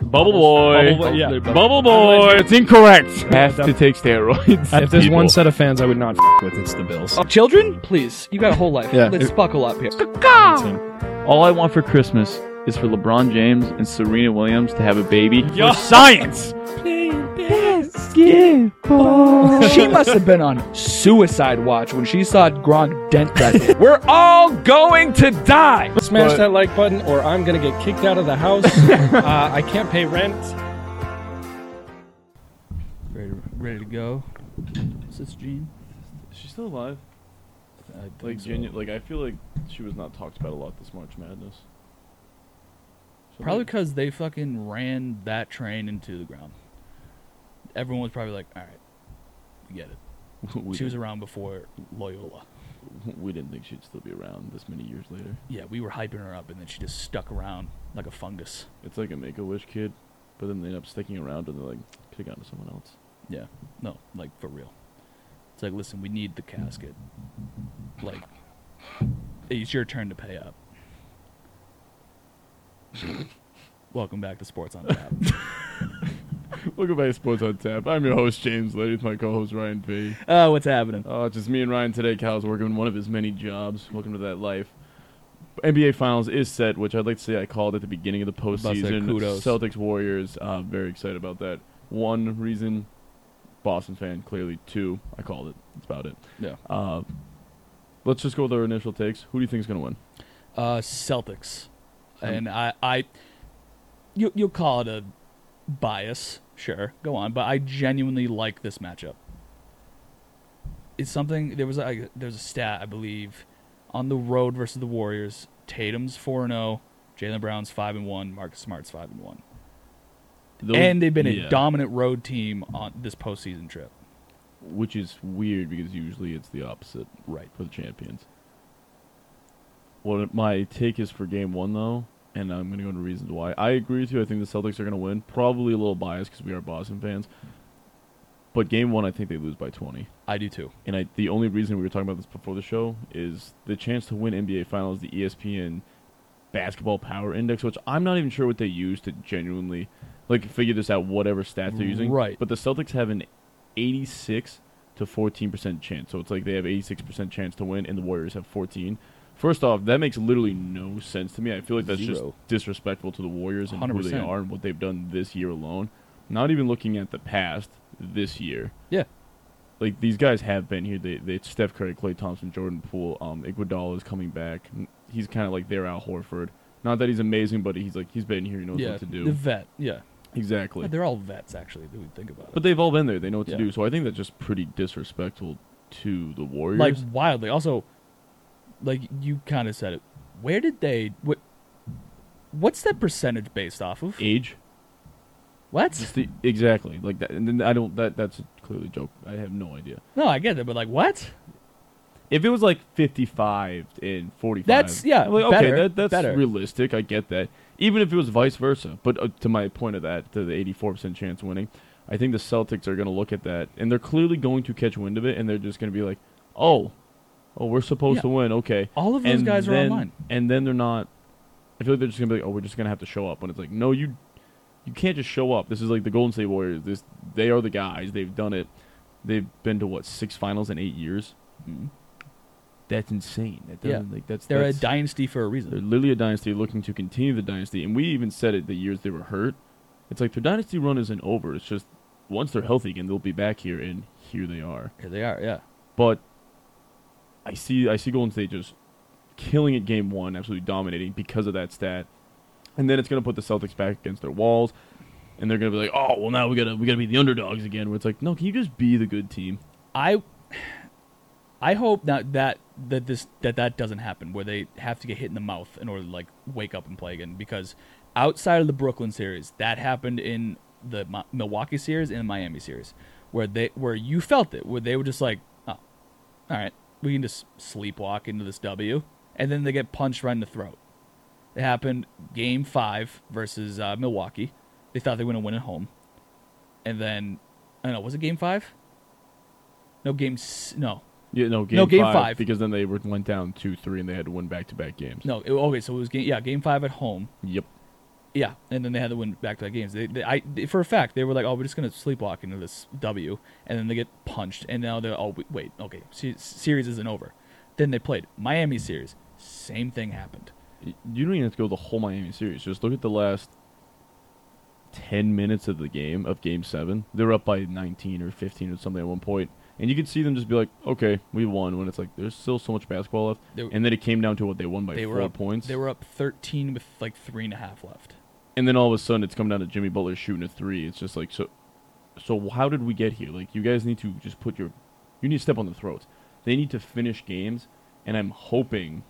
Bubble boy. Bubble Boy, yeah. Bubble boy. It's incorrect. Have that- to take steroids. If there's people. one set of fans I would not f- with, it's the Bills. Uh, Children, please. You got a whole life. Yeah. Let's buckle up here. All I want for Christmas is for LeBron James and Serena Williams to have a baby. Yo, science. she must have been on suicide watch when she saw Gronk dent that. thing. We're all going to die. Smash But- that like button, or I'm gonna get kicked out of the house. uh, I can't pay rent. Ready, ready to go. Is this Gene? She's still alive. Like, genu- like I feel like she was not talked about a lot this March Madness. So, Probably like, because they fucking ran that train into the ground. Everyone was probably like, all right, we get it. we, she was didn't- around before Loyola. we didn't think she'd still be around this many years later. Yeah, we were hyping her up, and then she just stuck around like a fungus. It's like a Make a Wish kid, but then they end up sticking around and they're like, could have gotten to someone else. Yeah, no, like for real. It's like, listen, we need the casket. Like, it's your turn to pay up. Welcome back to Sports on Tap. Welcome back to Sports on Tap. I'm your host James Lady with my co-host Ryan V. Oh, what's happening? Oh, it's just me and Ryan today. Cal's working one of his many jobs. Welcome to that life. NBA Finals is set, which I'd like to say I called at the beginning of the About to say postseason. kudos. Celtics Warriors. Uh, very excited about that. One reason, Boston fan. Clearly, two. I called it. That's about it. Yeah. Uh, let's just go with our initial takes. Who do you think is going to win? Uh, Celtics, Um, and I, I, you, you'll call it a bias, sure, go on, but I genuinely like this matchup. It's something there was like there's a stat I believe on the road versus the Warriors. Tatum's four and zero, Jalen Brown's five and one, Marcus Smart's five and one, Those- and they've been yeah. a dominant road team on this postseason trip. which is weird because usually it's the opposite Right. for the champions. What my take is for game one though, and I'm going to go into reasons why. I agree with you. I think the Celtics are going to win. Probably a little biased because we are Boston fans. But game one, I think they lose by 20. I do too. And I, the only reason we were talking about this before the show is the chance to win NBA Finals, the E ESPN Basketball Power Index, which I'm not even sure what they use to genuinely like figure this out. Whatever stat they're using, Right. But the Celtics have an 86 to 14 percent chance, so it's like they have 86 percent chance to win, and the Warriors have 14. First off, that makes literally no sense to me. I feel like that's Zero. just disrespectful to the Warriors and who they 100%. are and what they've done this year alone. Not even looking at the past, this year Yeah. like these guys have been here. They, they Steph Curry, Clay Thompson, Jordan Poole, um, Iguodala is coming back. N- He's kind of like their Al Horford. Not that he's amazing, but he's like he's been here. He knows yeah. what to do. The vet. Yeah. exactly. They're all vets actually. If we think about it. But they've all been there. They know what Yeah. to do. So I think that's just pretty disrespectful to the Warriors. like wildly. Also, like you kind of said it. Where did they? What? What's that percentage based off of? age. What? Just the, exactly like that. And then I don't. That that's clearly a joke. I have no idea. No, I get that, but like what? If it was like 55 and 45. That's- yeah, I'm like, better, okay, that, that's better. realistic. I get that. Even if it was vice versa. But uh, to my point of that, to the 84% chance winning, I think the Celtics are going to look at that and they're clearly going to catch wind of it and they're just going to be like, "Oh, oh, we're supposed Yeah. to win. Okay." All of those And guys are then- online. And then they're not I feel like they're just going to be like, "Oh, we're just going to have to show up." When it's like, "No, you you can't just show up. This is like the Golden State Warriors. This they are the guys. They've done it. They've been to what, 6 finals in 8 years?" that's insane. That Yeah. doesn't like that's Mm-hmm. They're that's, a dynasty for a they're reason. literally a dynasty looking to continue the dynasty, and we even said it the years they were hurt. It's like their dynasty run isn't over. It's just once they're healthy again, they'll be back here, and here they are. Here they are. Yeah. But I see I see Golden State just killing it game one, absolutely dominating because of that stat, and then it's gonna put the Celtics back against their walls, and they're gonna be like, oh well, now we gotta we gotta be the underdogs again. Where it's like, no, can you just be the good team? I. I hope that that that this that that doesn't happen where they have to get hit in the mouth in order to like wake up and play again because outside of the Brooklyn series that happened in the Mi- Milwaukee series and the Miami series where they where you felt it where they were just like oh all right, we can just sleepwalk into this W. And then they get punched right in the throat. It happened game five versus uh, Milwaukee. They thought they were going to win at home. And then, I don't know, was it game five? No, game, s- no. Yeah, no, game No, game five. because then they were, went down two three and they had to win back to back games. No, it, okay, so it was game, yeah, game five at home. Yep. Yeah, and then they had to win back-to-back games. They, they, I, they- for a fact, they were like, "Oh, we're just gonna sleepwalk into this W," and then they get punched, and now they're, "Oh, w- wait, okay, se- series isn't over." Then they played Miami series. Same thing happened. Y- You don't even have to go the whole Miami series. Just look at the last ten minutes of the game of Game Seven. They were up by nineteen or fifteen or something at one point, and you could see them just be like, "Okay, we won." When it's like there's still so much basketball left, They- and then it came down to what they won by they four were up, points. They were up 13 with like three and a half left. and then all of a sudden it's coming down to Jimmy Butler shooting a three. It's just like so. So how did we get here? Like you guys need to just put your, you need to step on the throats. They need to finish games, and I'm hoping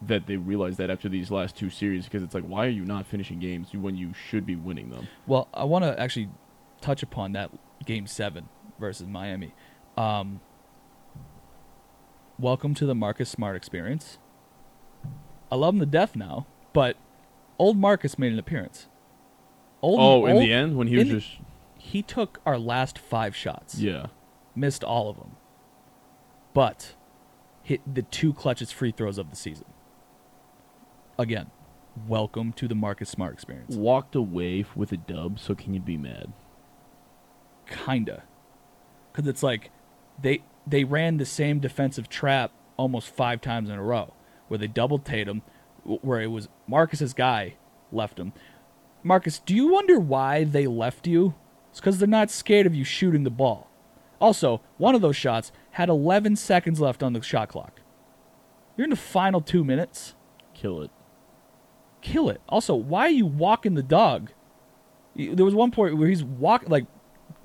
that they realize that after these last two series because it's like why are you not finishing games when you should be winning them? Well, I want to actually touch upon that game seven versus Miami. Um, welcome to the Marcus Smart experience. I love him to death now, but old Marcus made an appearance. Old, Oh, in old- the end when he was in- just he took our last five shots. yeah, missed all of them, but hit the two clutchest free throws of the season. Again, welcome to the Marcus Smart experience. walked away f- with a dub. So can you be mad? kinda because it's like they they ran the same defensive trap almost five times in a row where they doubled tatum w- where it was marcus's guy left him marcus do you wonder why they left you it's because they're not scared of you shooting the ball also one of those shots had 11 seconds left on the shot clock you're in the final two minutes Kill it. kill it. Also, why are you walking the dog? You- There was one point where he's walk like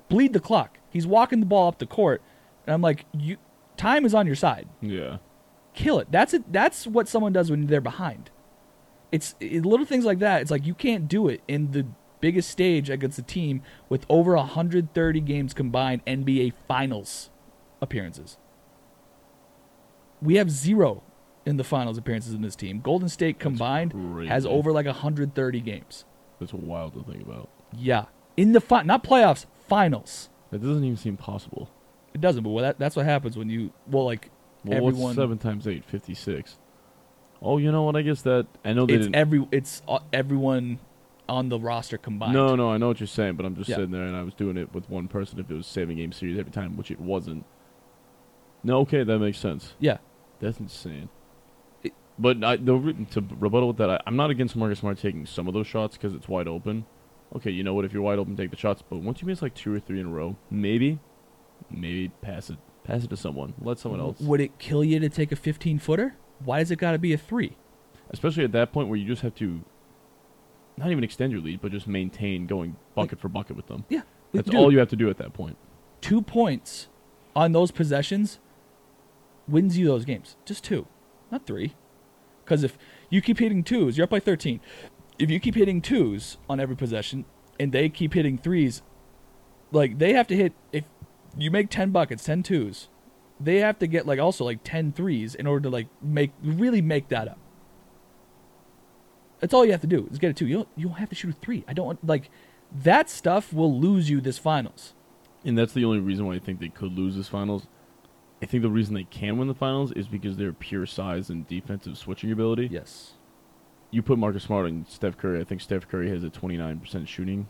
bleed the clock. He's walking the ball up the court, and I'm like, you time is on your side. Yeah, Kill it. That's it. That's what someone does when they're behind. It's it, little things like that. It's like you can't do it in the biggest stage against a team with over 130 games combined NBA Finals appearances. We have zero in the finals appearances in this team. Golden State combined has crazy. over like 130 games. that's wild to think about. Yeah, in the fi- not playoffs, finals. That doesn't even seem possible. It doesn't, but well, that, that's what happens when you well like Well, everyone. what's seven times eight? Fifty-six. Oh, you know what? I guess that I know they it's didn't. every it's uh, everyone on the roster combined. no, no, I know what you're saying, but I'm just Yeah. sitting there and I was doing it with one person if it was seven game series every time, which it wasn't. No, okay, that makes sense. Yeah, That's insane. It- But I, the, re- to rebuttal with that, I, I'm not against Marcus Smart taking some of those shots because it's wide open. Okay, you know what? If you're wide open, take the shots. But once you miss like two or three in a row, maybe, maybe pass it, pass it to someone. Let someone else. Would it kill you to take a 15 footer? Why does it got to be a three? especially at that point where you just have to not even extend your lead, but just maintain going bucket for bucket with them. Yeah, That's dude, all you have to do at that point. Two points on those possessions wins you those games. Just two, not three. Because if you keep hitting twos, you're up by 13. If you keep hitting twos on every possession and they keep hitting threes, like they have to hit, if you make 10 buckets, 10 twos, they have to get like also like 10 threes in order to like make, really make that up. That's all you have to do is get a two. You don't, you don't have to shoot a three. I don't want, like, that stuff will lose you this finals. And that's the only reason why I think they could lose this finals. I think the reason they can win the finals is because their pure size and defensive switching ability. Yes. You put Marcus Smart and Steph Curry. I think Steph Curry has a 29% shooting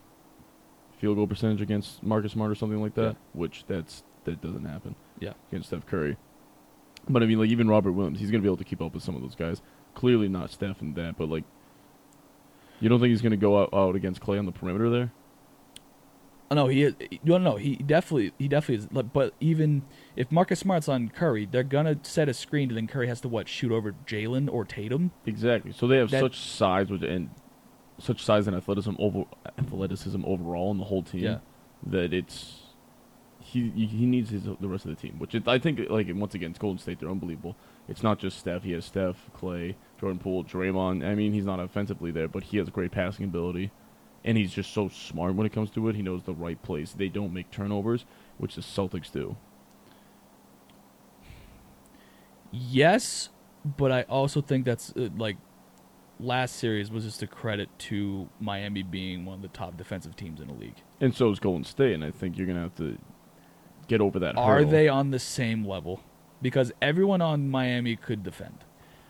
field goal percentage against Marcus Smart or something like that, which that's that doesn't happen. Yeah. against Steph Curry. But I mean, like even Robert Williams, he's gonna be able to keep up with some of those guys. Clearly not Steph and that, but like, you don't think he's gonna go out, out against Clay on the perimeter there? Oh, no, he is. No, no, he definitely, he definitely is. Like, But even if Marcus Smart's on Curry, they're gonna set a screen, and then Curry has to what shoot over Jalen or Tatum. Exactly. So they have That- such size with and such size and athleticism over athleticism overall in the whole team Yeah. that it's he he needs his the rest of the team, which it, I think like and once again it's Golden State. They're unbelievable. It's not just Steph. He has Steph, Clay, Jordan Poole, Draymond. I mean, he's not offensively there, but he has great passing ability, and he's just so smart when it comes to it. He knows the right place. They don't make turnovers, which the Celtics do. Yes, but I also think that's uh, like last series was just a credit to Miami being one of the top defensive teams in the league. And so is Golden State, and I think you're gonna have to get over that. Are hurdle. they on the same level? Because everyone on Miami could defend.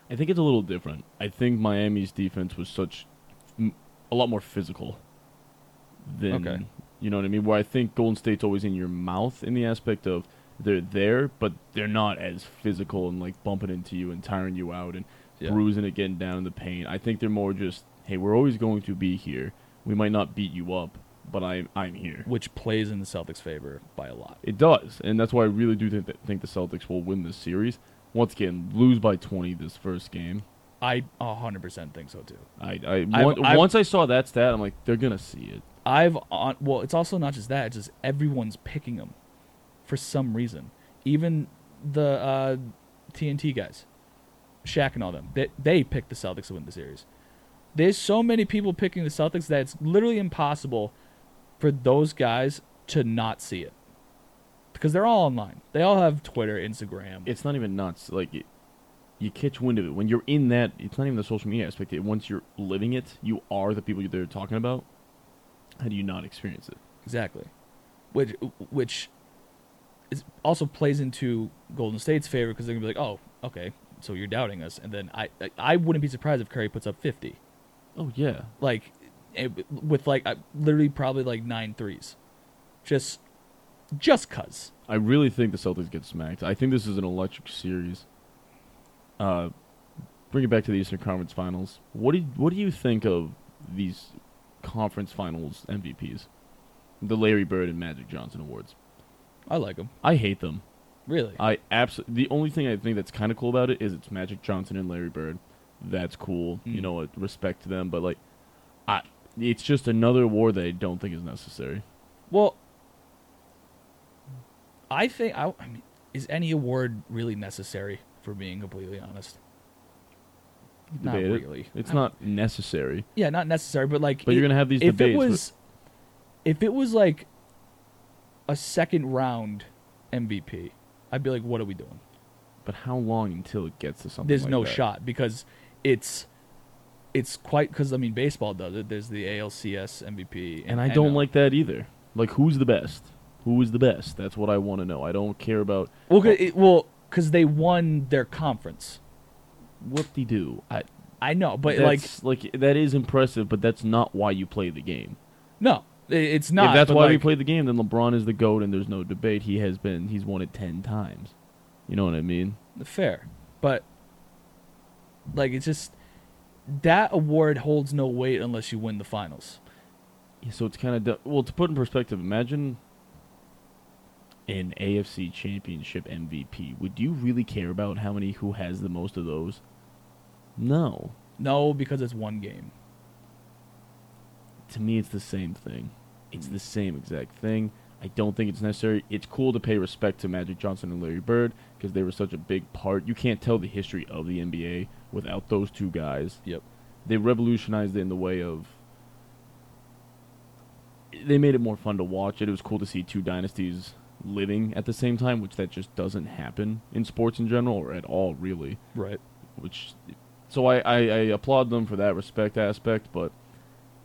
I think it's a little different. I think Miami's defense was such m- a lot more physical than Okay. you know what I mean. Where I think Golden State's always in your mouth in the aspect of they're there, but they're not as physical and like bumping into you and tiring you out and Yeah. bruising it, getting down in the paint. I think they're more just hey, we're always going to be here. We might not beat you up, but I I'm here. which plays in the Celtics' favor by a lot. It does, and that's why I really do think that, think the Celtics will win this series. Once again, lose by 20 this first game. I 100% think so too. I, I, I've- on- I've- once I saw that stat, I'm like, they're gonna see it. I've on well, it's also not just that; it's just everyone's picking them for some reason. Even the uh, TNT guys, Shaq and all them, they they picked the Celtics to win the series. There's so many people picking the Celtics that it's literally impossible for those guys to not see it because they're all online. They all have Twitter, Instagram. It's not even nuts. Like, it, you catch wind of it when you're in that. It's not even the social media aspect. It once you're living it, you are the people they're talking about. How do you not experience it? Exactly. Which which is also plays into Golden State's favor because they're gonna be like, oh, okay, so you're doubting us, and then I I- I wouldn't be surprised if Curry puts up fifty, Oh yeah, like it- with like I- literally probably like nine threes, just just cause. I really think the Celtics get smacked. I think this is an electric series. Uh, bring it back to the Eastern Conference Finals. What do what do you think of these conference finals MVPs, the Larry Bird and Magic Johnson awards? I like him I hate them. really. I absolutely. The only thing I think that's kind of cool about it is it's Magic Johnson and Larry Bird. That's cool. You Mm. know, what, respect to them, but like, I it's just another award that I don't think is necessary. well, I think I, I mean, is any award really necessary? For being completely honest, not Debate it. really. It's I- not necessary. Yeah, not necessary, but like. But you're it- gonna have these if debates it with- was, if it was like a second round MVP, I'd be like, what are we doing? But how long until it gets to something? There's like no that? shot because it's it's quite because I mean baseball does it. There's the ALCS MVP, And I don't NL. like that either. Like, who's the best? Who is the best? That's what I want to know. I don't care about well, 'cause Oh. it- well, because they won their conference. what they do. I, I know, but that's, like, that is impressive, but that's not why you play the game. like no, i- it's not. if that's but, why we like, play the game, then LeBron is the goat, and there's no debate. He has been. He's won it ten times. You know what I mean? fair, but like it's just that award holds no weight unless you win the finals. Yeah, so it's kind of du- well to put in perspective. Imagine an AFC Championship MVP. Would you really care about how many who has the most of those? No. No, because it's one game. to me it's the same thing. It's the same exact thing. I don't think it's necessary. It's cool to pay respect to Magic Johnson and Larry Bird because they were such a big part. You can't tell the history of the NBA without those two guys. Yep. They revolutionized it in the way of they made it more fun to watch it. It was cool to see two dynasties living at the same time, which that just doesn't happen in sports in general or at all really Right. which so I, I, I applaud them for that respect aspect but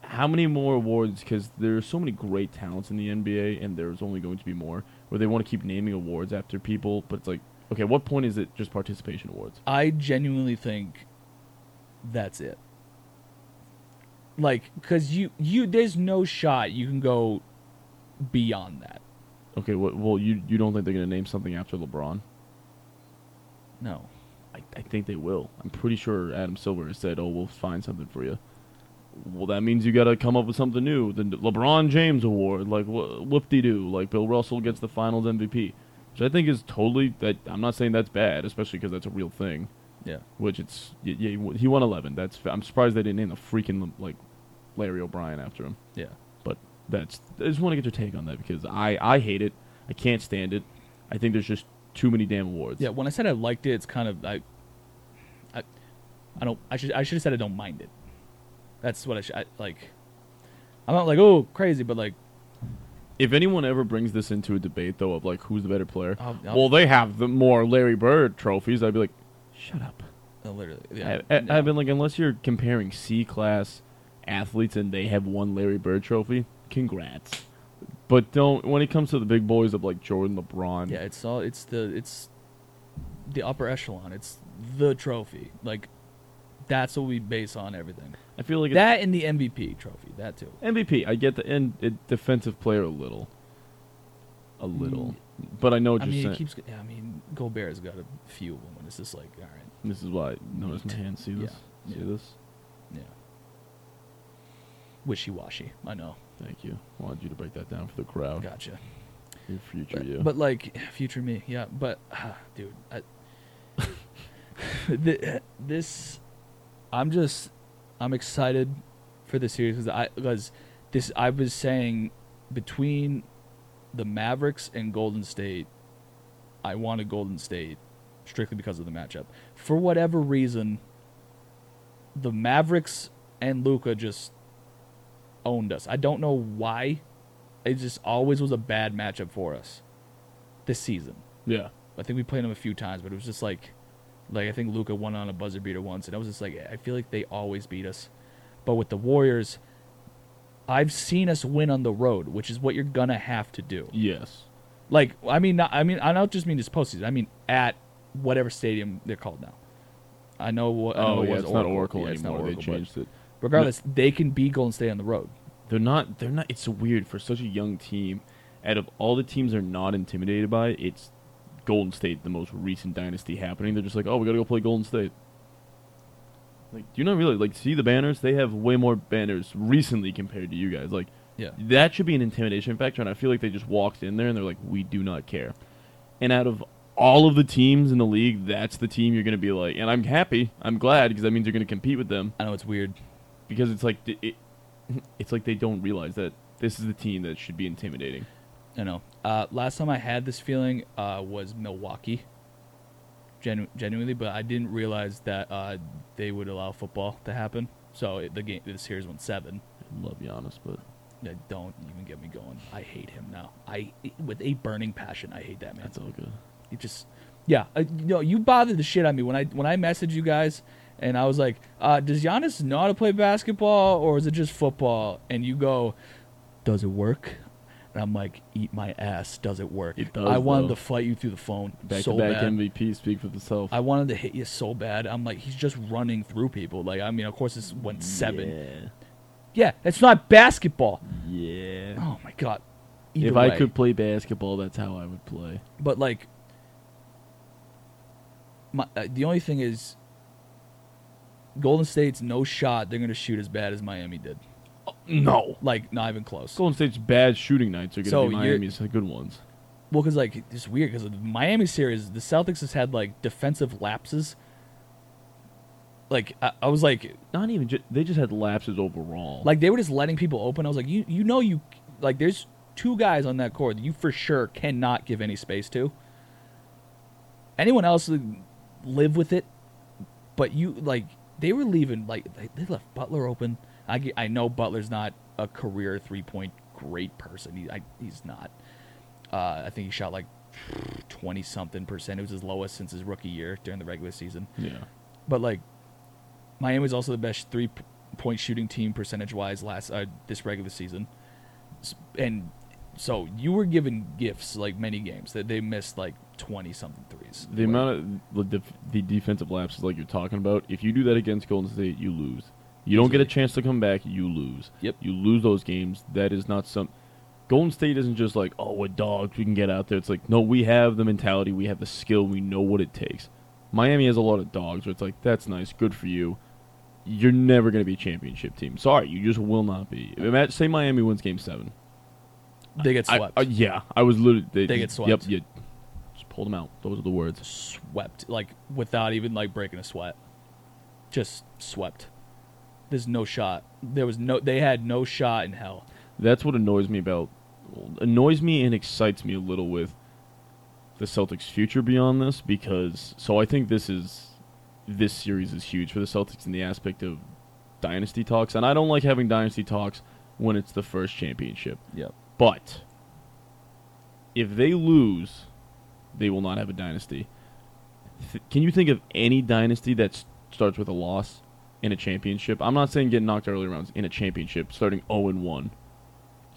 how many more awards because there's so many great talents in the nba and there's only going to be more where they want to keep naming awards after people but it's like okay what point is it just participation awards I genuinely think that's it. Like, cause you you there's no shot you can go beyond that. okay wh- well you, you don't think they're going to name something after lebron No. I, I think they will i'm pretty sure adam silver has said oh we'll find something for you well that means you got to come up with something new the lebron james award like wh- whoop-de-doo like bill russell gets the finals mvp which i think is totally that i'm not saying that's bad especially because that's a real thing Yeah. which it's y- yeah he won- he won 11 that's fa- i'm surprised they didn't name the freaking like larry o'brien after him Yeah. but that's i just want to get your take on that because i i hate it i can't stand it i think there's just too many damn awards Yeah. When I said I liked it, it's kind of I. I, I don't. I should. I should have said I don't mind it. That's what I should. I, like. I'm not like oh crazy, but like If anyone ever brings this into a debate, though, of like who's the better player, I'll- I'll- well, they have the more Larry Bird trophies. I'd be like, shut up. no, literally. Yeah. I, I, no. I've been like, unless you're comparing C class athletes and they have one Larry Bird trophy, congrats. But don't when it comes to the big boys of like Jordan, LeBron, Yeah, it's all it's the it's the upper echelon. It's the trophy. Like that's what we base on everything. I feel like it's That and the MVP trophy, that too. MVP. I get the end it, defensive player a little, a little, but I know what Mm. I you're mean, saying. it keeps. Yeah, I mean, Goldbert's got a few of them, and it's just like, all right, this is why. Notice my Neat. hand. See Yeah. this? See Yeah. this? yeah. Wishy washy, I know. Thank you. Wanted you to break that down for the crowd. Gotcha. Your future But, you. but, like future me, yeah. But ah, dude, I, Th- this, I'm just, I'm excited for this series because I because this I was saying between the Mavericks and Golden State, I wanted Golden State strictly because of the matchup. For whatever reason, the Mavericks and Luca just owned us. I don't know why. It just always was a bad matchup for us this season. yeah. I think we played them a few times, but it was just like, like I think Luca won on a buzzer beater once, and I was just like, I feel like they always beat us. But with the Warriors, I've seen us win on the road, which is what you're gonna have to do. Yes. Like, I mean, not, I mean, I don't just mean this postseason. I mean at whatever stadium they're called now. I know what. I know Oh, it yeah. was It's not Oracle Yeah, it's not anymore. Oracle, they but changed it. Regardless, they can be Golden State on the road. They're not. They're not. It's weird for such a young team. Out of all the teams they're not intimidated by, it's Golden State, the most recent dynasty happening. They're just like, oh, we gotta go play Golden State. Like, do you not really like see the banners? They have way more banners recently compared to you guys. Like, Yeah. that should be an intimidation factor, and I feel like they just walked in there and they're like, we do not care. And out of all of the teams in the league, that's the team you're gonna be like. And I'm happy. I'm glad because that means you're gonna compete with them I know it's weird. because it's like th- it, it's like they don't realize that this is the team that should be intimidating. I know. Uh, last time I had this feeling uh, was Milwaukee. Genu- genuinely, but I didn't realize that uh, they would allow football to happen. So it, the game, the series went seven. I love Giannis, but Yeah, don't even get me going. I hate him now. I with a burning passion. I hate that man. that's all good. You just, yeah, uh, no, you bothered the shit out of me when I when I messaged you guys, and I was like, uh, "Does Giannis know how to play basketball, or is it just football?" And you go, "Does it work?" And I'm like, "Eat my ass, does it work?" It does, I wanted though. to fight you through the phone Back so to back bad. MVP speak for itself. I wanted to hit you so bad. I'm like, he's just running through people. Like, I mean, of course, this went seven. Yeah, it's not basketball. Yeah. yeah. Oh my god. Either If I way. could play basketball, that's how I would play. but like my, uh, the only thing is golden state's no shot they're going to shoot as bad as miami did No. like not even close Golden State's bad shooting nights are going to So be you're- Miami's good ones. well because like it's weird because the miami series the celtics has had like defensive lapses like I, I was like Not even ju- they just had lapses overall. like they were just letting people open i was like you you know you like there's two guys on that court that you for sure cannot give any space to anyone else like, live with it but you like they were leaving like they, they left butler open I, get- I know butler's not a career three-point great person he, I, he's not uh, i think he shot like 20 something percent it was his lowest since his rookie year during the regular season yeah. but like, Miami was also the best three p- point shooting team percentage wise last uh, this regular season, S- and so you were given gifts like many games that they missed like twenty something threes. The amount of the, def- the defensive lapses like you're talking about, if you do that against Golden State, you lose. You don't get a chance to come back, you lose. Yep. You lose those games. That is not some. Golden State isn't just like, oh, we're dogs, we can get out there. It's like, no, we have the mentality, we have the skill, we know what it takes. Miami has a lot of dogs where it's like, that's nice, good for you. You're never going to be a championship team. Sorry, you just will not be. Imagine, say Miami wins game seven. they get I- swept, uh, yeah, I was literally. They, They get Yep, swept. you just pulled them out. Those are the words. swept like without even like breaking a sweat, just swept. There's no shot. There was no. They had no shot in hell. That's what annoys me about annoys me and excites me a little with the Celtics' future beyond this because so I think this is this series is huge for the Celtics in the aspect of dynasty talks and I don't like having dynasty talks when it's the first championship. Yep. But if they lose, they will not have a dynasty. Th- can you think of any dynasty that s- starts with a loss in a championship? I'm not saying getting knocked out early rounds in a championship, starting 0 and 1.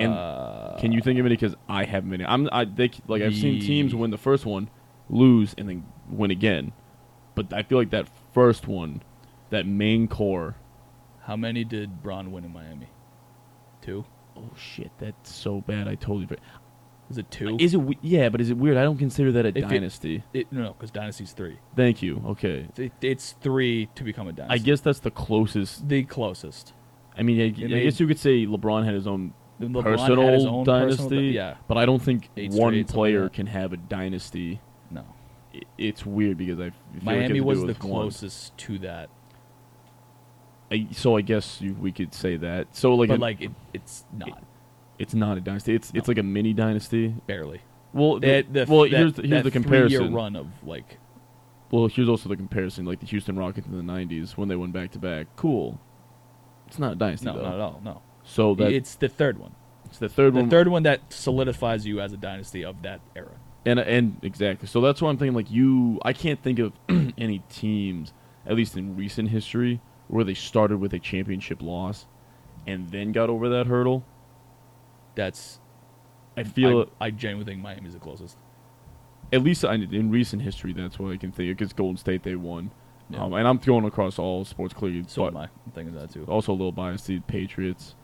And can you think of any? Because I haven't been. I'm I they, c- like I've seen teams win the first one, lose, and then win again. But I feel like that first one, that main core, How many did Braun win in Miami? Two. Oh shit, that's so bad. I totally. for- Is it two? Is it? we- Yeah, but is it weird? I don't consider that a If it- dynasty. it, no, because Dynasty's three. Thank you. Okay. It, it's three to become a I Dynasty. guess that's the closest. the closest. I mean, I, I made- guess you could say LeBron had his own LeBron had his personal own dynasty, personal dy- yeah. but I don't think one Eight straight, something like player that. can have a dynasty. No, I- It's weird because I f- feel like it has to Miami do was the with one. closest to that. I, so I guess you, we could say that. So like, but a- like it, it's not it's not a dynasty. It's it's No. like a mini dynasty. barely. Well, the, That- the- well, that- here's the, here's that the Three-year comparison. run of like Well, here's also the comparison. Like the Houston Rockets in the '90s when they went back to back. Cool. It's not a dynasty no, though. not at all. No, So that's it's the third one. the third The one. third one that solidifies you as a dynasty of that era. And and exactly. So that's why I'm thinking like you. I can't think of any teams, at least in recent history, where they started with a championship loss, and then got over that hurdle. That's I feel I, I genuinely think Miami's the closest. at least I- in recent history that's what I can think. Against Golden State, they won. Yeah. Um, and I'm throwing across all sports clearly, So but am I. I'm thinking that too. also a little biased to the Patriots.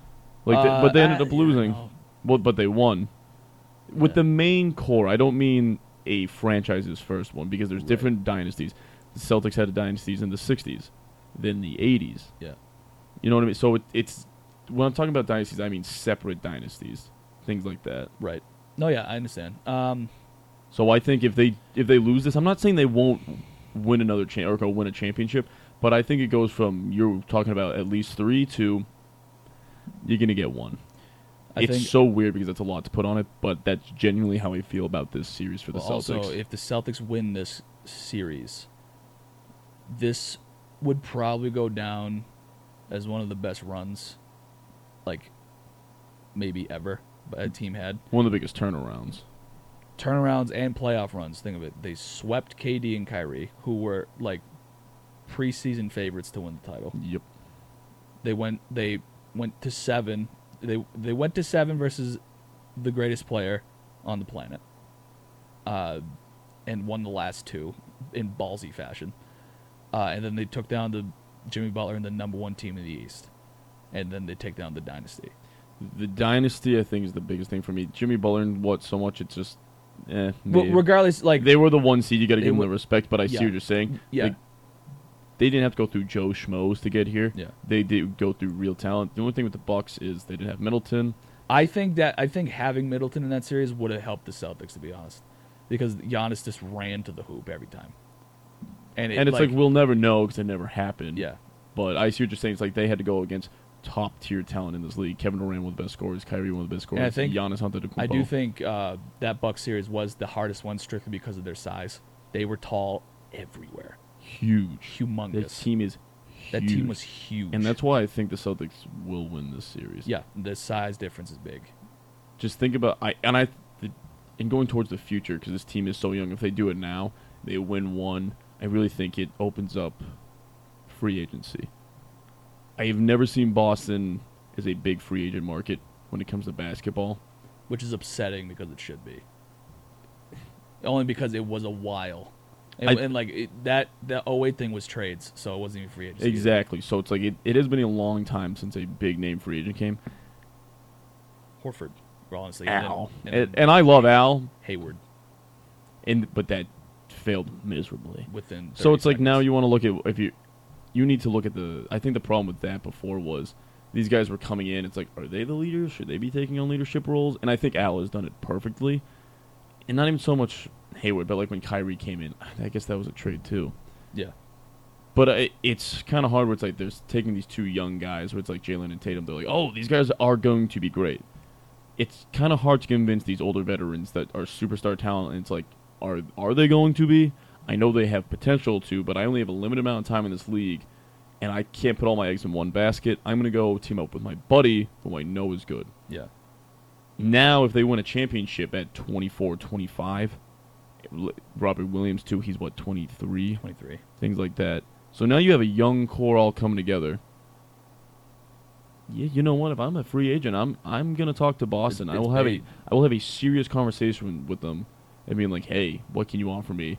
Like, they- Uh, but they ended I- up losing. yeah, Well, but they won. With Yeah. the main core, I don't mean a franchise's first one because there's Right. different dynasties. The Celtics had a dynasties in the '60s, then the '80s. Yeah. You know what I mean? So it, it's when I'm talking about dynasties, I mean separate dynasties, things like that. Right. No, yeah, I understand. Um, So I think if they if they lose this, I'm not saying they won't win another cha- or go win a championship, but I think it goes from you're talking about at least three to you're gonna get one. I it's think so weird because that's a lot to put on it, but that's genuinely how I feel about this series for the Well, Celtics. Also, if the Celtics win this series, this would probably go down as one of the best runs, like maybe ever, but a team had One of the biggest turnarounds. turnarounds and playoff runs. Think of it. They swept KD and Kyrie, who were like preseason favorites to win the title. Yep. They went they went to seven. They they went to seven versus the greatest player on the planet, uh, and won the last two in ballsy fashion. Uh, and then they took down the Jimmy Butler and the number one team in the East, and then they take down the dynasty. The dynasty, I think, is the biggest thing for me. Jimmy Butler and what so much it's just, eh. Well, meh. regardless, like they were the one seed. You got to They give them were- the respect, but I see Yeah. what you're saying. Yeah. Like, they didn't have to go through Joe Schmoes to get here. Yeah. They did go through real talent. The only thing with the Bucks is they didn't have Middleton. I think that I think having Middleton in that series would have helped the Celtics to be honest, because Giannis just ran to the hoop every time, and it, and it's like, we'll never know because it never happened. yeah, But I see what you're saying. It's like they had to go against top tier talent in this league. Kevin Durant, one of the best scorers. Kyrie, one of the best scorers. I think- Giannis Antetokounmpo. I do think uh, that Buck series was the hardest one strictly because of their size. They were tall everywhere, huge. That humongous. team is. That team huge. was huge, And that's why I think the Celtics will win this series. yeah, the size difference is big. Just think about I and I the, and going towards the future because this team is so young. If they do it now, they win one. I really think it opens up free agency. I have never seen Boston as a big free agent market when it comes to basketball. which is upsetting because it should be. Only because it was a while, and, I- and like it, that that 08 thing was trades, so it wasn't even free agency. either. Exactly. So it's like it, it has been a long time since a big name free agent came. Horford, honestly, and then- Al. and, And, then and I love Al, Hayward and but that failed miserably. within. So 30 it's like now seconds. you want to look at if you you need to look at the I think the problem with that before was these guys were coming in it's like are they the leaders should they be taking on leadership roles and I think Al has done it perfectly and not even so much Hayward but like when Kyrie came in I guess that was a trade too yeah, but I, it's kind of hard where it's like there's taking these two young guys where it's like Jalen and Tatum they're like oh these guys are going to be great it's kind of hard to convince these older veterans that are superstar talent. And it's like, are are they going to be? I know they have potential to, but I only have a limited amount of time in this league, and I can't put all my eggs in one basket. I'm gonna go team up with my buddy, who I know is good. yeah, Now, if they win a championship at 24, 25, L- Robert Williams too. He's what 23, 23. things like that. So now you have a young core all coming together. Yeah, you know what? If I'm a free agent, I'm I'm gonna talk to Boston. I it's will have big. a I will have a serious conversation with them and being like, hey, what can you offer me?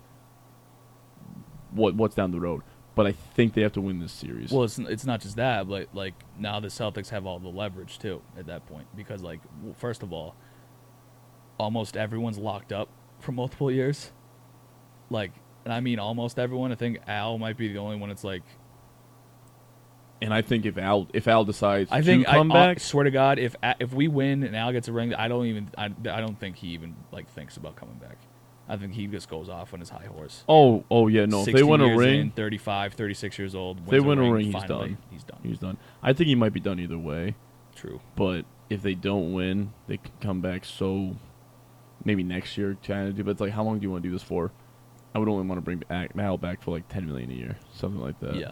What what's down the road? but I think they have to win this series. Well, it's, it's not just that, but like now the Celtics have all the leverage too at that point because like w- first of all, almost everyone's locked up for multiple years. Like, and I mean almost everyone. I think Al might be the only one that's like. and I think if Al if Al decides I think to I, come I back, swear to God, if A- if we win and Al gets a ring, I don't even I, I don't think he even like thinks about coming back. I think he just goes off on his high horse. oh oh yeah, no, if they 60 win a years ring, in, 35, 36 years old. they win wins a ring, he's finally, done. He's done. he's done. I think he might be done either way. True. But if they don't win, they can come back. So maybe next year, kind of do. But it's like, how long do you want to do this for? I would only want to bring back Al back for like ten million a year, something like that. yeah,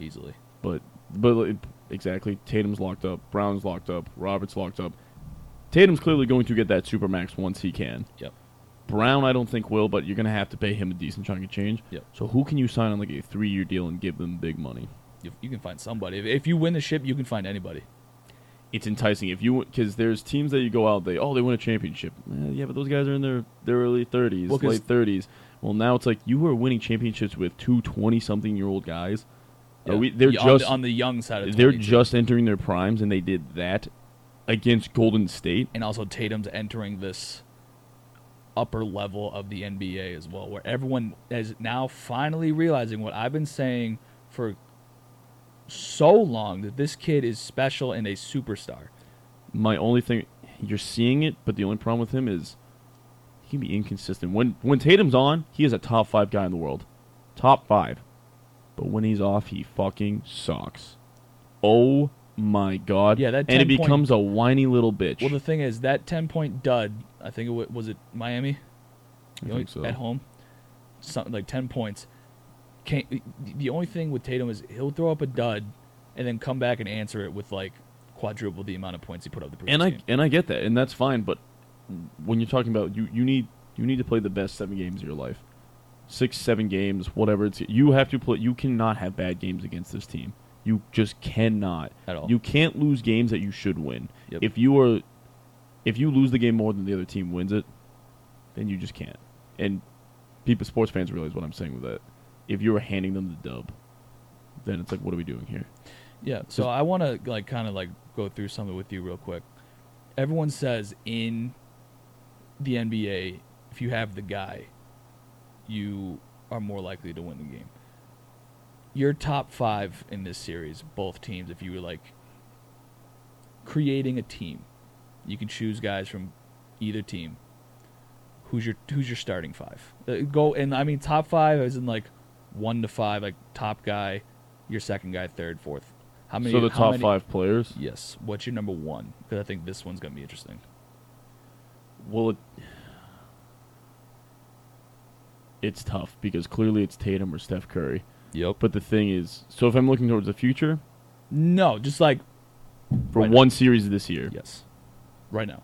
easily. But but like, exactly, Tatum's locked up, Brown's locked up, Roberts locked up. Tatum's clearly going to get that supermax once he can. Yep. Brown, I don't think will, but you're gonna have to pay him a decent chunk of change. Yep. So who can you sign on like a three-year deal and give them big money? You, you can find somebody. If, if you win the ship, you can find anybody. It's enticing if you because there's teams that you go out they oh they win a championship Eh, yeah but those guys are in their their early 30s Well, 'cause- late 30s well now it's like you are winning championships with two 20 something year old guys are Yeah. we they're Yeah, on just the, on the young side of they're 20, too. just entering their primes and they did that against Golden State and also Tatum's entering this upper level of the NBA as well, where everyone is now finally realizing what I've been saying for so long that this kid is special and a superstar. my only thing you're seeing it, but the only problem with him is he can be inconsistent. When when Tatum's on, he is a top five guy in the world. Top five. But when he's off, he fucking sucks. Oh my god. Yeah, that and it 10 point- becomes a whiny little bitch. Well, the thing is that ten point dud. I think it wa- was it Miami. I You know, think so. at home, something like ten points. Can't, the only thing with Tatum is he'll throw up a dud, and then come back and answer it with like quadruple the amount of points he put up the previous and I game. and I get that, and that's fine. But when you're talking about you, you need you need to play the best seven games of your life, six seven games, whatever it's. You have to play. You cannot have bad games against this team. You just cannot. At all. You can't lose games that you should win. Yep. If you are, if you lose the game more than the other team wins it, then you just can't. And people, sports fans realize what I'm saying with that. If you're handing them the dub, then it's like, what are we doing here? Yeah. So I want to like kind of like go through something with you real quick. Everyone says in the NBA, if you have the guy, you are more likely to win the game. Your top five in this series, both teams, if you were like creating a team, you can choose guys from either team. Who's your Who's your starting five? Uh, go and I mean top five as in like one to five, like top guy, your second guy, third, fourth. How many? so the how top many- five players. Yes. What's your number one? Because I think this one's gonna be interesting. Well, it, it's tough because clearly it's Tatum or Steph Curry. Yep. But the thing is, so if I'm looking towards the future no, just like for Right. one series this year, yes, right now.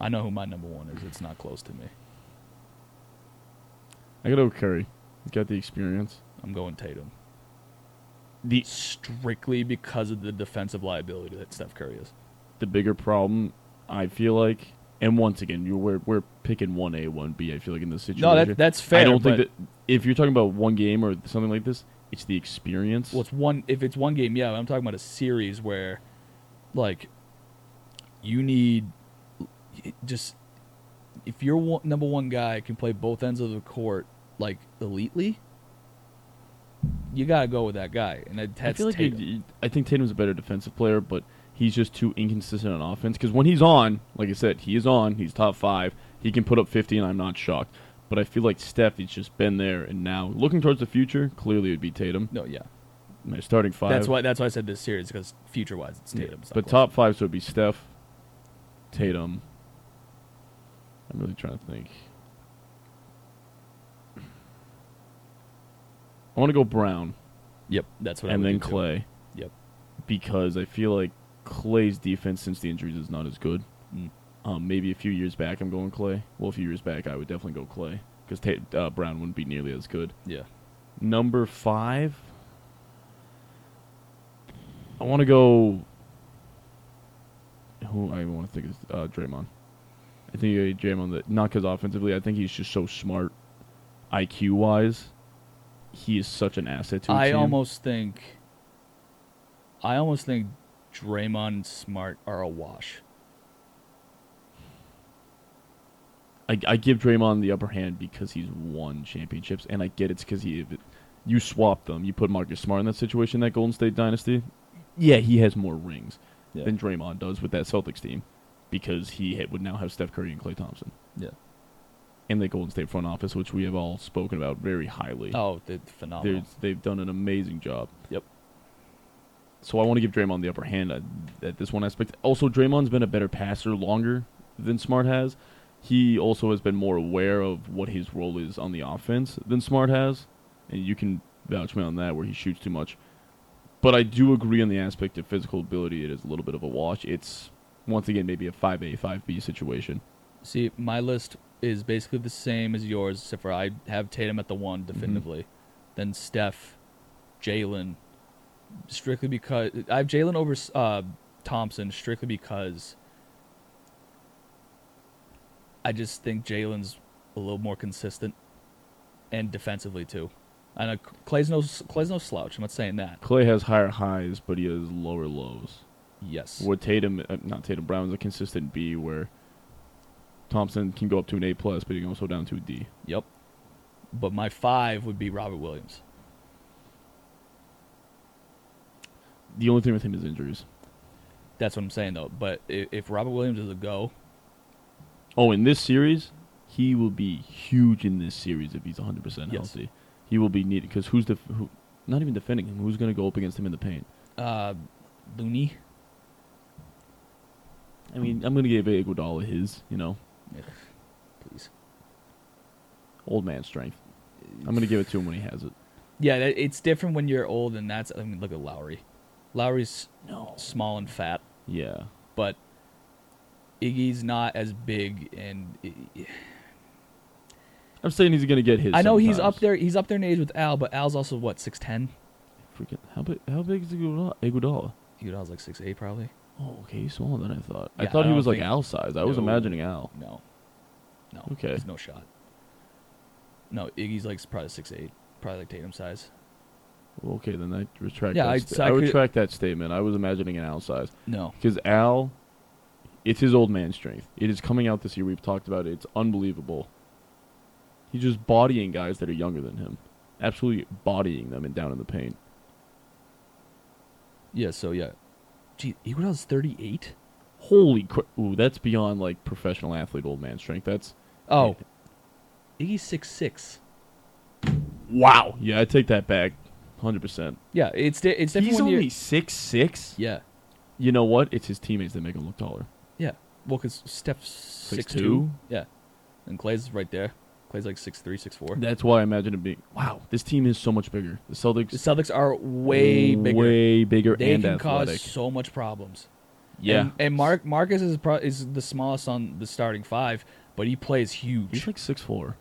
I know who my number one is. It's not close to me. I gotta go Curry. He's got the experience. I'm going Tatum the strictly because of the defensive liability that Steph Curry is. The bigger problem, I feel like, and once again, you we're we're picking one A, one B. I feel like in this situation, No, that, that's fair. I don't think but- that if you're talking about one game or something like this, it's the experience. Well, it's one. If it's one game, yeah. but I'm talking about a series where, like, you need it just if your one, number one guy can play both ends of the court like elitely, you gotta go with that guy, and that, I that's feel like Tatum. you- you- I think Tatum's a better defensive player, but he's just too inconsistent on offense. Because when he's on, like I said, he is on. He's top five. He can put up 50, and I'm not shocked. But I feel like Steph, he's just been there, and now looking towards the future, clearly it would be Tatum. no, yeah. My starting five. That's why. That's why I said this series because future wise, it's Yeah. Tatum. It's not But close. top five, so it'd be Steph, Tatum. I'm really trying to think. I want to go Brown Yep, that's what. I and would then do, too. Clay. Yep. because I feel like Clay's defense since the injuries is not as good. Mm. Um, maybe a few years back, I'm going Clay. Well, a few years back, I would definitely go Clay because Ta- uh, Brown wouldn't be nearly as good. Yeah. Number five, I want to go. Who I want to think is uh, Draymond. I think uh, Draymond, that not because offensively, I think he's just so smart, IQ wise. he is such an asset to a I team. almost think. I almost think Draymond and Smart are a wash. I, I give Draymond the upper hand because he's won championships, and I get it's because he. You swap them. You put Marcus Smart in that situation, that Golden State dynasty. Yeah, he has more rings Yeah. than Draymond does with that Celtics team, because he ha- would now have Steph Curry and Klay Thompson Yeah. and the Golden State front office, which we have all spoken about very highly. Oh, they're They're, phenomenal. they've done an amazing job. Yep. So I want to give Draymond the upper hand at, at this one aspect. Also, Draymond's been a better passer longer than Smart has. He also has been more aware of what his role is on the offense than Smart has, and you can vouch me on that where he shoots too much. But I do agree on the aspect of physical ability. It is a little bit of a wash. It's once again maybe a five A five B situation. See, my list is basically the same as yours, except for I have Tatum at the one definitively, then Steph, Jalen, strictly because I have Jalen over uh, Thompson strictly because I just think Jalen's a little more consistent and defensively too. I know Clay's no Clay's no slouch. I'm not saying that. Clay has higher highs, but he has lower lows. Yes. Where Tatum, uh, not Tatum Brown's a consistent B, where Thompson can go up to an A plus, but he can also down to a D. Yep. But my five would be Robert Williams. The only thing with him is injuries. That's what I'm saying though. But if, if Robert Williams is a go, Oh, in this series, he will be huge in this series if he's 100 percent Yes. healthy. He will be needed because who's def- who, not even defending him? Who's going to go up against him in the paint? uh, Looney. I mean, I'm going to give Iguodala his, you know, Ugh, Please. old man strength. I'm going to give it to him when he has it. Yeah, that, it's different when you're old, and that's. I mean, look at Lowry. Lowry's No. small and fat, Yeah. but Iggy's not as big. And I- I'm saying he's going to get his. I know he's sometimes. up there. He's up there in age with Al, but Al's also what six ten. Freaking, how big? How big is Iguodala? Iguodala? You know, Al's like six eight probably. Oh, okay, he's smaller than I thought. Yeah, I thought I he don't was like think- Al size. I was No. imagining Al. No, no. Oh. Okay. There's no shot. No, Iggy's like probably six eight, probably like Tatum size. Okay, then I retract. Yeah, that I- sta- so I I could- retract that statement. I was imagining an Al size No, because Al, it's his old man strength. It is coming out this year. We've talked about it. It's unbelievable. He's just bodying guys that are younger than him, absolutely bodying them and down in the paint. yeah. So yeah, gee, Iguodala's thirty eight. Holy crap! Ooh, that's beyond like professional athlete old man strength. That's Oh, Iggy's six six. wow. Yeah, I take that back, hundred percent. Yeah, it's di- it's different He's when only you six six. yeah You know what? It's his teammates that make him look taller. yeah. Well, because Steph's six two. 6'2"? Yeah, and Clay's right there. Clay's like six three, six four. That's why I imagine it being wow. This team is so much bigger. The Celtics The Celtics are way bigger. way bigger they and can athletic. cause so much problems. yeah, and, and Mark Marcus is pro- is the smallest on the starting five, but he plays he's huge. like six four.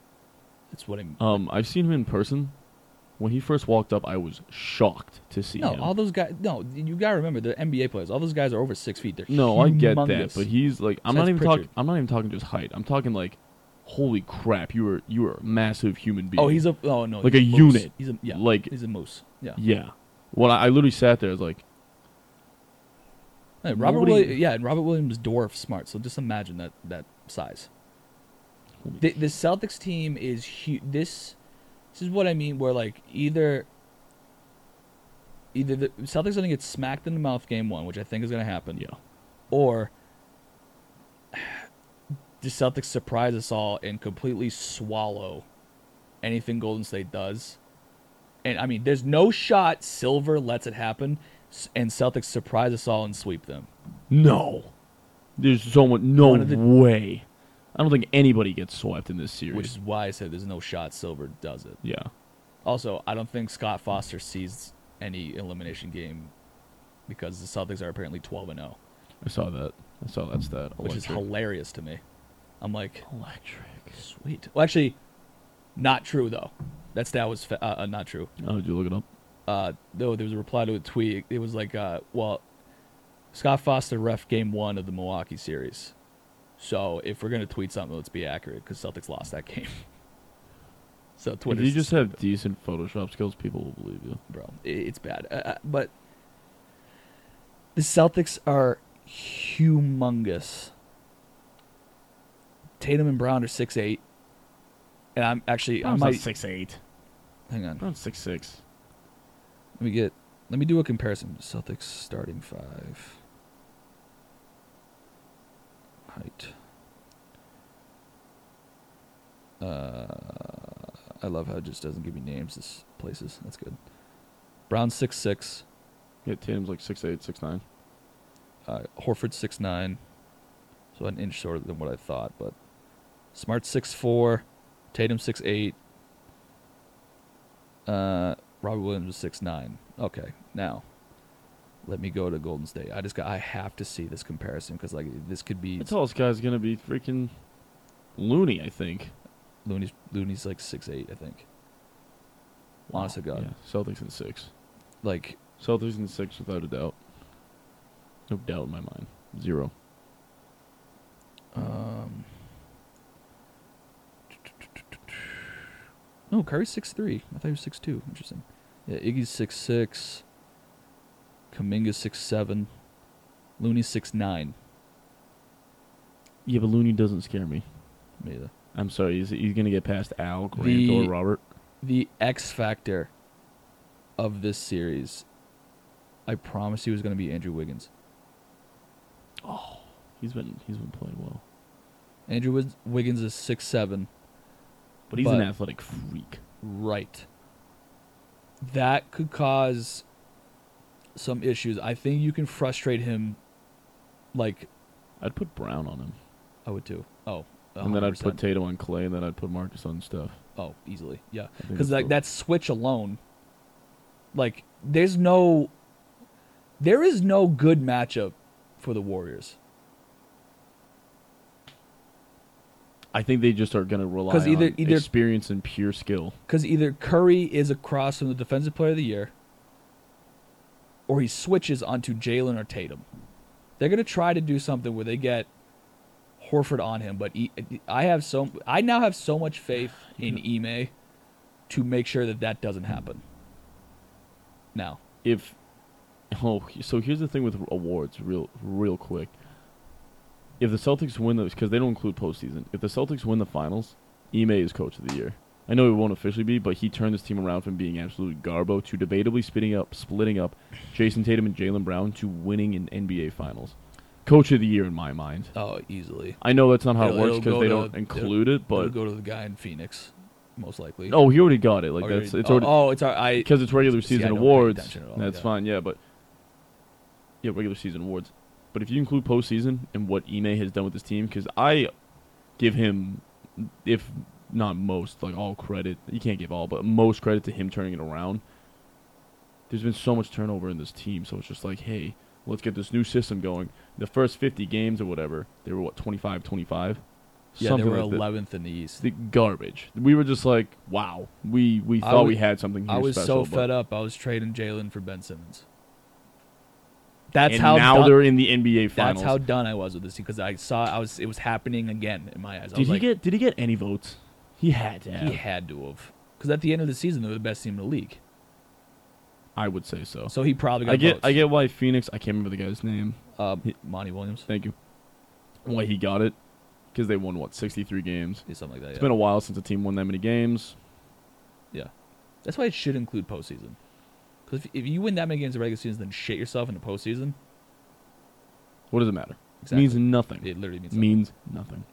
That's what I'm. Um, I've seen him in person. When he first walked up, I was shocked to see No, him. all those guys. No, you gotta remember the NBA players. All those guys are over six feet. They're no, I get that, humongous. but he's like I'm Besides not even talking. Pritchard. I'm not even talking just height. I'm talking like, holy crap, you are you are a massive human being. oh, he's a oh no, Like he's a moose. unit. He's a yeah, Like- he's a moose. Yeah, yeah. Well, I, I literally sat there. I was like, Hey, Robert Nobody- Williams, yeah, and Robert Williams dwarf smart. So just imagine that that size. Holy The, the Celtics team is huge. This this is what I mean. Where like either either the Celtics are gonna get smacked in the mouth game one, which I think is gonna happen. yeah, Or the Celtics surprise us all and completely swallow anything Golden State does. And I mean, there's no shot Silver lets it happen, s- and Celtics surprise us all and sweep them. no. There's so much. No One of the- way. I don't think anybody gets swept in this series. which is why I said there's no shot Silver does it. yeah. Also, I don't think Scott Foster sees any elimination game because the Celtics are apparently 12 and 0, I saw that. I saw that stat. which is Electric. hilarious to me. I'm like, electric. sweet. Well, actually, not true though. That stat was fa- uh, uh, not true. Oh, did you look it up? Uh, though there was a reply to a tweet. It was like, uh, well, Scott Foster ref game one of the Milwaukee series. So if we're gonna tweet something, let's be accurate because Celtics lost that game. So If Twitter, you just have decent Photoshop skills, people will believe you. bro, i- it's bad. Uh, Uh, but The Celtics are humongous. Tatum and Brown are six eight, and I'm actually I might six eight. hang on. Around six six. Let me get. Let me do a comparison. Celtics starting five. Height. Uh, I love how it just doesn't give me names. This places. That's good. Brown six six. Yeah, Tatum's like six eight, six nine. Uh, Horford six nine. So an inch shorter than what I thought, but Smart six four, Tatum six eight. Uh, Robbie Williams was six nine. Okay, now let me go to Golden State. I just got I have to see this comparison because like this could be The tallest guy's gonna be freaking loony, I think. Looney's Looney's like six eight I think. Honest to God, Yeah, Celtics in six. like Celtics in six without a doubt. No doubt in my mind. Zero. um. No, Oh, Curry's six three. I thought he was six two. Interesting. Yeah, Iggy's six six. Kaminga's six seven. Looney's six nine. Yeah, but Looney doesn't scare me. Me either. I'm sorry. He's, he's gonna get past Al Grant The- or Robert. The X factor of this series, I promise you, is going to be Andrew Wiggins. He's been he's been playing well, Andrew Wig- Wiggins is six seven. but he's an But- athletic freak. Right. That could cause some issues. I think you can frustrate him. Like I'd put Brown on him, I would too. Oh. and then I'd 100%. put Tatum on Clay, and then I'd put Marcus on Steph. Oh, easily. Yeah. I think Because that's like cool. that switch alone, like there's no, there is no good matchup for the Warriors I think they just are gonna rely 'Cause either- on either- experience and pure skill. because either Curry is across from the Defensive Player of the Year, or he switches onto Jalen or Tatum. They're gonna try to do something where they get Horford on him, but E- I have so I now have so much faith in Ime to make sure that that doesn't happen. Now, If oh, so here's the thing with awards, real real quick. If the Celtics win those, because they don't include postseason. If the Celtics win the finals, Ime is coach of the year. I know he won't officially be, but he turned this team around from being absolute garbo to debatably spitting up, splitting up Jason Tatum and Jalen Brown to winning an NBA Finals. Coach of the year in my mind. oh, easily. I know that's not how it It'll- works it'll because go they to- don't include it, It'll but go to the guy in Phoenix, most likely. oh, he already got it. Like Or that's you- it's oh, already Oh, it's all right. because it's regular See, I season don't pay awards. attention at all, That's yeah. fine, yeah, but yeah, regular season awards. But if you include postseason and what Ime has done with this team, because I give him, if not most, like all credit. You can't give all, but most credit to him turning it around. There's been so much turnover in this team, so it's just like, hey, let's get this new system going. The first 50 games or whatever, they were what 25, 25. yeah, they were like that. 11th in the East. The garbage. We were just like, wow. We we I thought we was- had something. Here I was special, so but- fed up. I was trading Jalen for Ben Simmons. That's and how now done, they're in the NBA that's finals. how done I was with this team because I saw I was it was happening again in my eyes. I did was he like, get? Did he get any votes? He had to. Have. he had to have because at the end of the season they were the best team in the league. I would say so. So he probably got I get. votes. I get why Phoenix. I can't remember the guy's name. uh, Monty Williams, Thank you. Why he got it? Because they won what sixty three games. Yeah, something like that. It's Yeah. been a while since a team won that many games. yeah, that's why it should include postseason. Because if, if you win that many games in regular season, then shit yourself in the postseason. What does it matter? Exactly. Means nothing. It literally means nothing. means nothing.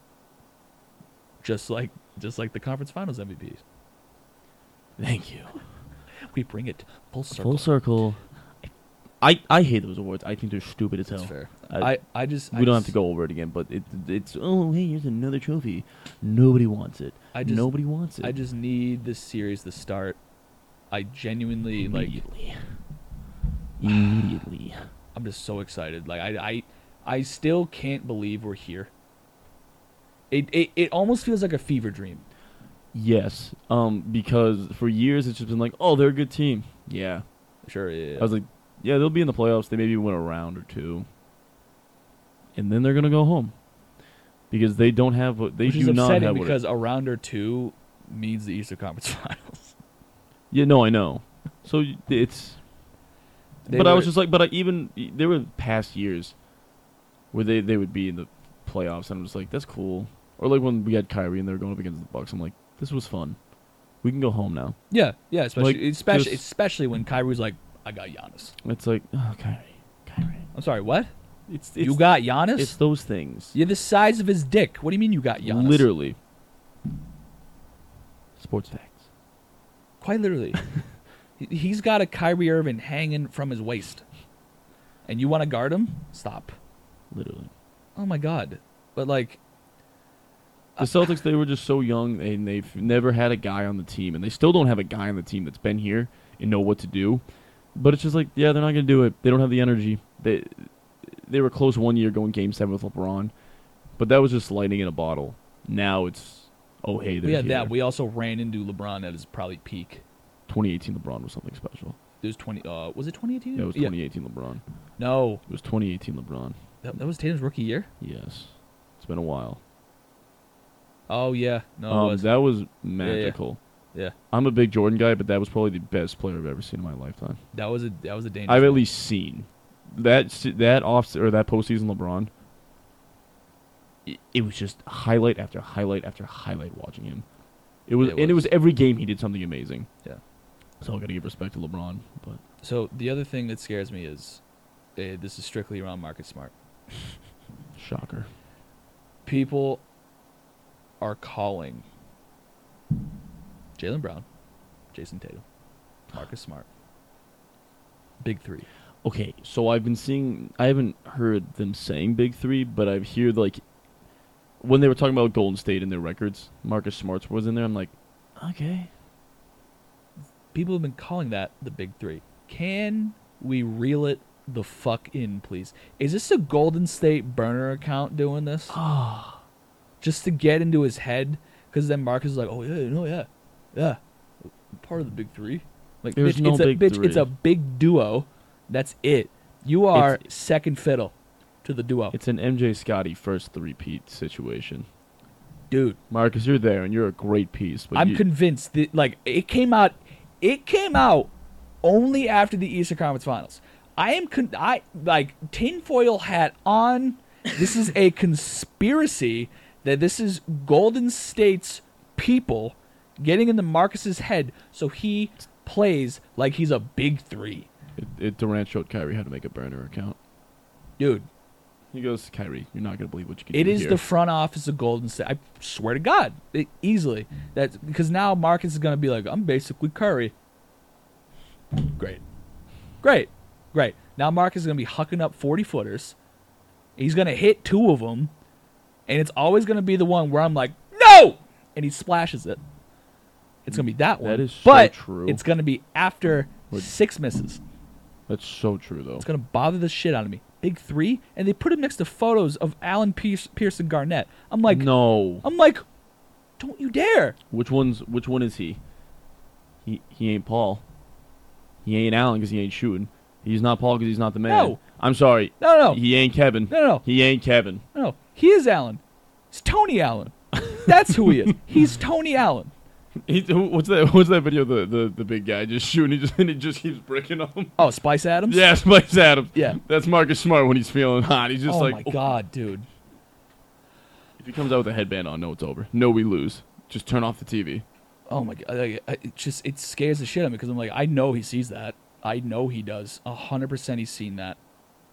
just like just like the conference finals MVPs. Thank you. We bring it full circle. Full circle. I, I hate those awards. I think they're stupid as hell. That's fair. I- I, I just We I don't have just- to go over it again, but it, it's oh hey, here's another trophy. Nobody wants it. I just- Nobody wants it. I just need this series to start. I genuinely like. immediately. immediately. I'm just so excited. Like I I I still can't believe we're here. It it, it almost feels like a fever dream. Yes, um, because for years it's just been like, oh, they're a good team. Yeah, Sure. Yeah. I was like, yeah, they'll be in the playoffs. They maybe win a round or two, and then they're gonna go home because they don't have what they Which do is not upsetting have. What it- because a round or two means the Eastern Conference Finals. Yeah, no, I know. So y- it's. They but I was were- just like, but I even there were past years where they they would be in the playoffs, and I'm just like, that's cool. Or like when we had Kyrie and they were going up against the Bucks, I'm like, this was fun. We can go home now. Yeah, yeah, especially Like, especially just- especially when Kyrie's like, I got Giannis. It's like, oh, Kyrie, Kyrie. I'm sorry, what? It's, it's You got Giannis? It's those things. You're the size of his dick. What do you mean you got Giannis? Literally. Sports facts. Quite literally. He- He's got a Kyrie Irving hanging from his waist. And you want to guard him? Stop. Literally. Oh my god. But like The Celtics, they were just so young, and they've never had a guy on the team, and they still don't have a guy on the team that's been here and know what to do. But it's just like, yeah, they're not gonna do it. They don't have the energy. They they were close one year going Game Seven with LeBron, but that was just lightning in a bottle. Now it's oh hey, they're we had here. that. We also ran into LeBron at his probably peak. 2018 LeBron was something special. It was 20 uh was it 2018? Yeah, it was 2018 LeBron. No. It was 2018 LeBron. That, that was Tatum's rookie year? Yes, it's been a while. Oh yeah. No, it um, was. that was magical. yeah. I'm a big Jordan guy, but that was probably the best player I've ever seen in my lifetime. That was a that was a dangerous. I've at one. least seen that se- that off or that postseason LeBron. i- It was just highlight after highlight after highlight watching him. It was, It and it was. was every game he did something amazing. Yeah. So I gotta give respect to LeBron, but So the other thing that scares me is eh, this is strictly around Market Smart. shocker. People are calling Jalen Brown, Jason Tatum, Marcus Smart, Big Three. Okay, so I've been seeing. I haven't heard them saying big three, but I've heard like when they were talking about Golden State and their records, Marcus Smart's was in there. I'm like, okay, People have been calling that the Big Three. Can we reel it the fuck in, please? Is this a Golden State burner account doing this? Just to get into his head? Because then Marcus is like, oh, yeah, no, yeah, yeah. Part of the Big Three. Like, There's bitch, no it's, a, Big bitch it's Three. a big duo. That's it. You are second fiddle to the duo. it's an MJ Scotty first three peat situation. Dude. Marcus, you're there, and you're a great piece. But I'm you, convinced that like it came out, it came out only after the Eastern Conference Finals. I am con- I like tinfoil hat on. This is a conspiracy that this is Golden State's people getting into Marcus's head, so he plays like he's a big three, it, it, Durant showed Kyrie how to make a burner account. dude. He goes, Kyrie, you're not gonna believe what you can It do is here." the front office of Golden State. I swear to God, it, easily. Mm. That's because now Marcus is going to be like, I'm basically Curry. Great, great, great. Now Marcus is going to be hucking up forty footers. He's going to hit two of them, and it's always going to be the one where I'm like, no, and he splashes it. It's going to be that one. That is so but true. It's going to be after Would- six misses. That's so true, though. It's gonna bother the shit out of me. Big three, and they put him next to photos of Alan Pierce, Pearson Garnett. I'm like, no. I'm like, don't you dare! Which one's which one is he? He he ain't Paul. He ain't Allen because he ain't shooting. He's not Paul because he's not the man. No. I'm sorry. No, no, no. He ain't Kevin. No, no, no. He ain't Kevin. No, he is Allen. It's Tony Allen. That's who he is. He's Tony Allen. He, who- what's that? What's that video? of The, the the big guy just shooting. He just and he just keeps breaking him. Oh, Spice Adams. Yeah, Spice Adams. Yeah. that's Marcus Smart when he's feeling hot. He's just Oh like, my "Oh." god, dude. if he comes out with a headband on, no, it's over. No, we lose. Just turn off the TV. Oh my god. Like, I- It just it scares the shit out of me because I'm like, I know he sees that. I know he does. A hundred percent, he's seen that,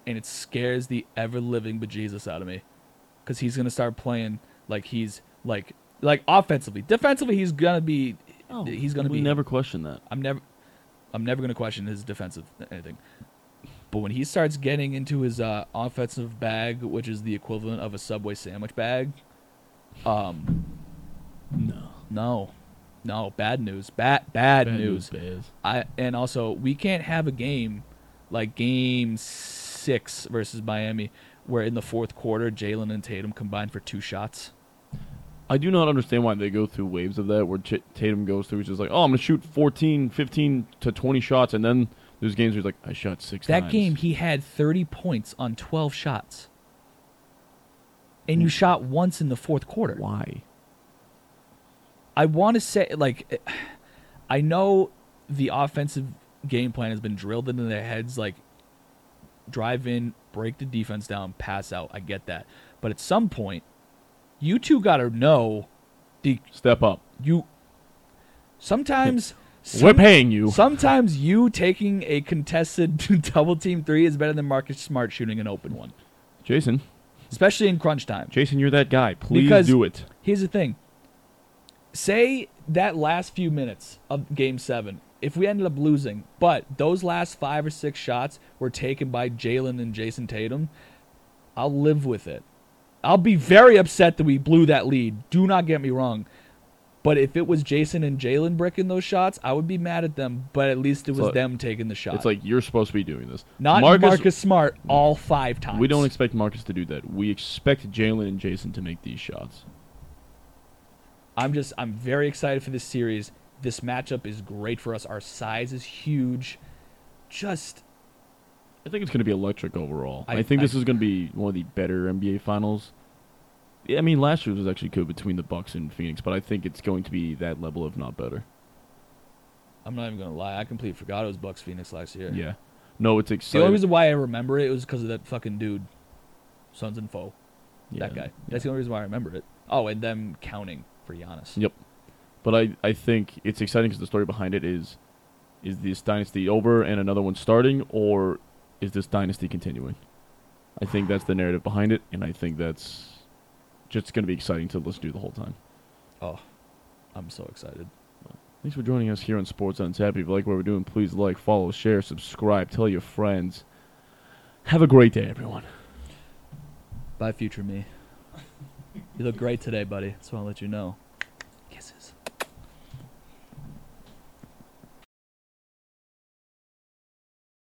and it scares the ever living bejesus out of me. because he's gonna start playing like he's like like offensively, defensively he's gonna be Oh, he's gonna Oh, we be. never question that. I'm never I'm never gonna question his defensive anything. But when he starts getting into his uh, offensive bag, which is the equivalent of a Subway sandwich bag, um, No, no, no, bad news, bad bad, Bad news. Bears. I and also we can't have a game like Game Six versus Miami where in the fourth quarter Jalen and Tatum combined for two shots. I do not understand why they go through waves of that where Ch- Tatum goes through. He's just like, oh, I'm going to shoot 14, 15 to 20 shots. And then there's games where he's like, I shot six That times." game, he had 30 points on 12 shots. And you shot once in the fourth quarter. Why? I want to say like eh, I know the offensive game plan has been drilled into their heads like drive in, break the defense down, pass out. I get that. But at some point, you two got to know the Step up. you sometimes We're some- paying you. Sometimes you taking a contested double team three is better than Marcus Smart shooting an open one, Jason. especially in crunch time. Jason, you're that guy. Please Because- do it. Here's the thing. Say that last few minutes of game seven, if we ended up losing, but those last five or six shots were taken by Jalen and Jason Tatum, I'll live with it. I'll be very upset that we blew that lead. Do not get me wrong. But if it was Jason and Jalen bricking those shots, I would be mad at them. But at least it was like- them taking the shot. It's like you're supposed to be doing this. not Marcus, Marcus. Smart all five times. we don't expect Marcus to do that. We expect Jalen and Jason to make these shots. I'm just I'm very excited for this series. This matchup is great for us. Our size is huge. Just I think it's going to be electric overall. I, I- think I- this is going to be one of the better NBA finals. Yeah, I mean, last year's was actually good between the Bucks and Phoenix, but I think it's going to be that level, if not better. I'm not even gonna lie. I completely forgot it was Bucks Phoenix last year. Yeah. No, it's The only exciting. reason why I remember it was because of that fucking dude, Sons and Foe, yeah. that guy. That's the only reason why I remember it. Oh, and them counting for Giannis. Yep. But I, I think it's exciting because the story behind it is is this dynasty over and another one starting, or is this dynasty continuing? I think that's the narrative behind it, and I think that's just going to be exciting to listen to the whole time. Oh, I'm so excited. Thanks for joining us here on Sports on Tap. If you like what we're doing, please like, follow, share, subscribe, tell your friends. Have a great day, everyone. Bye, future me. You look great today, buddy. Just want to let you know.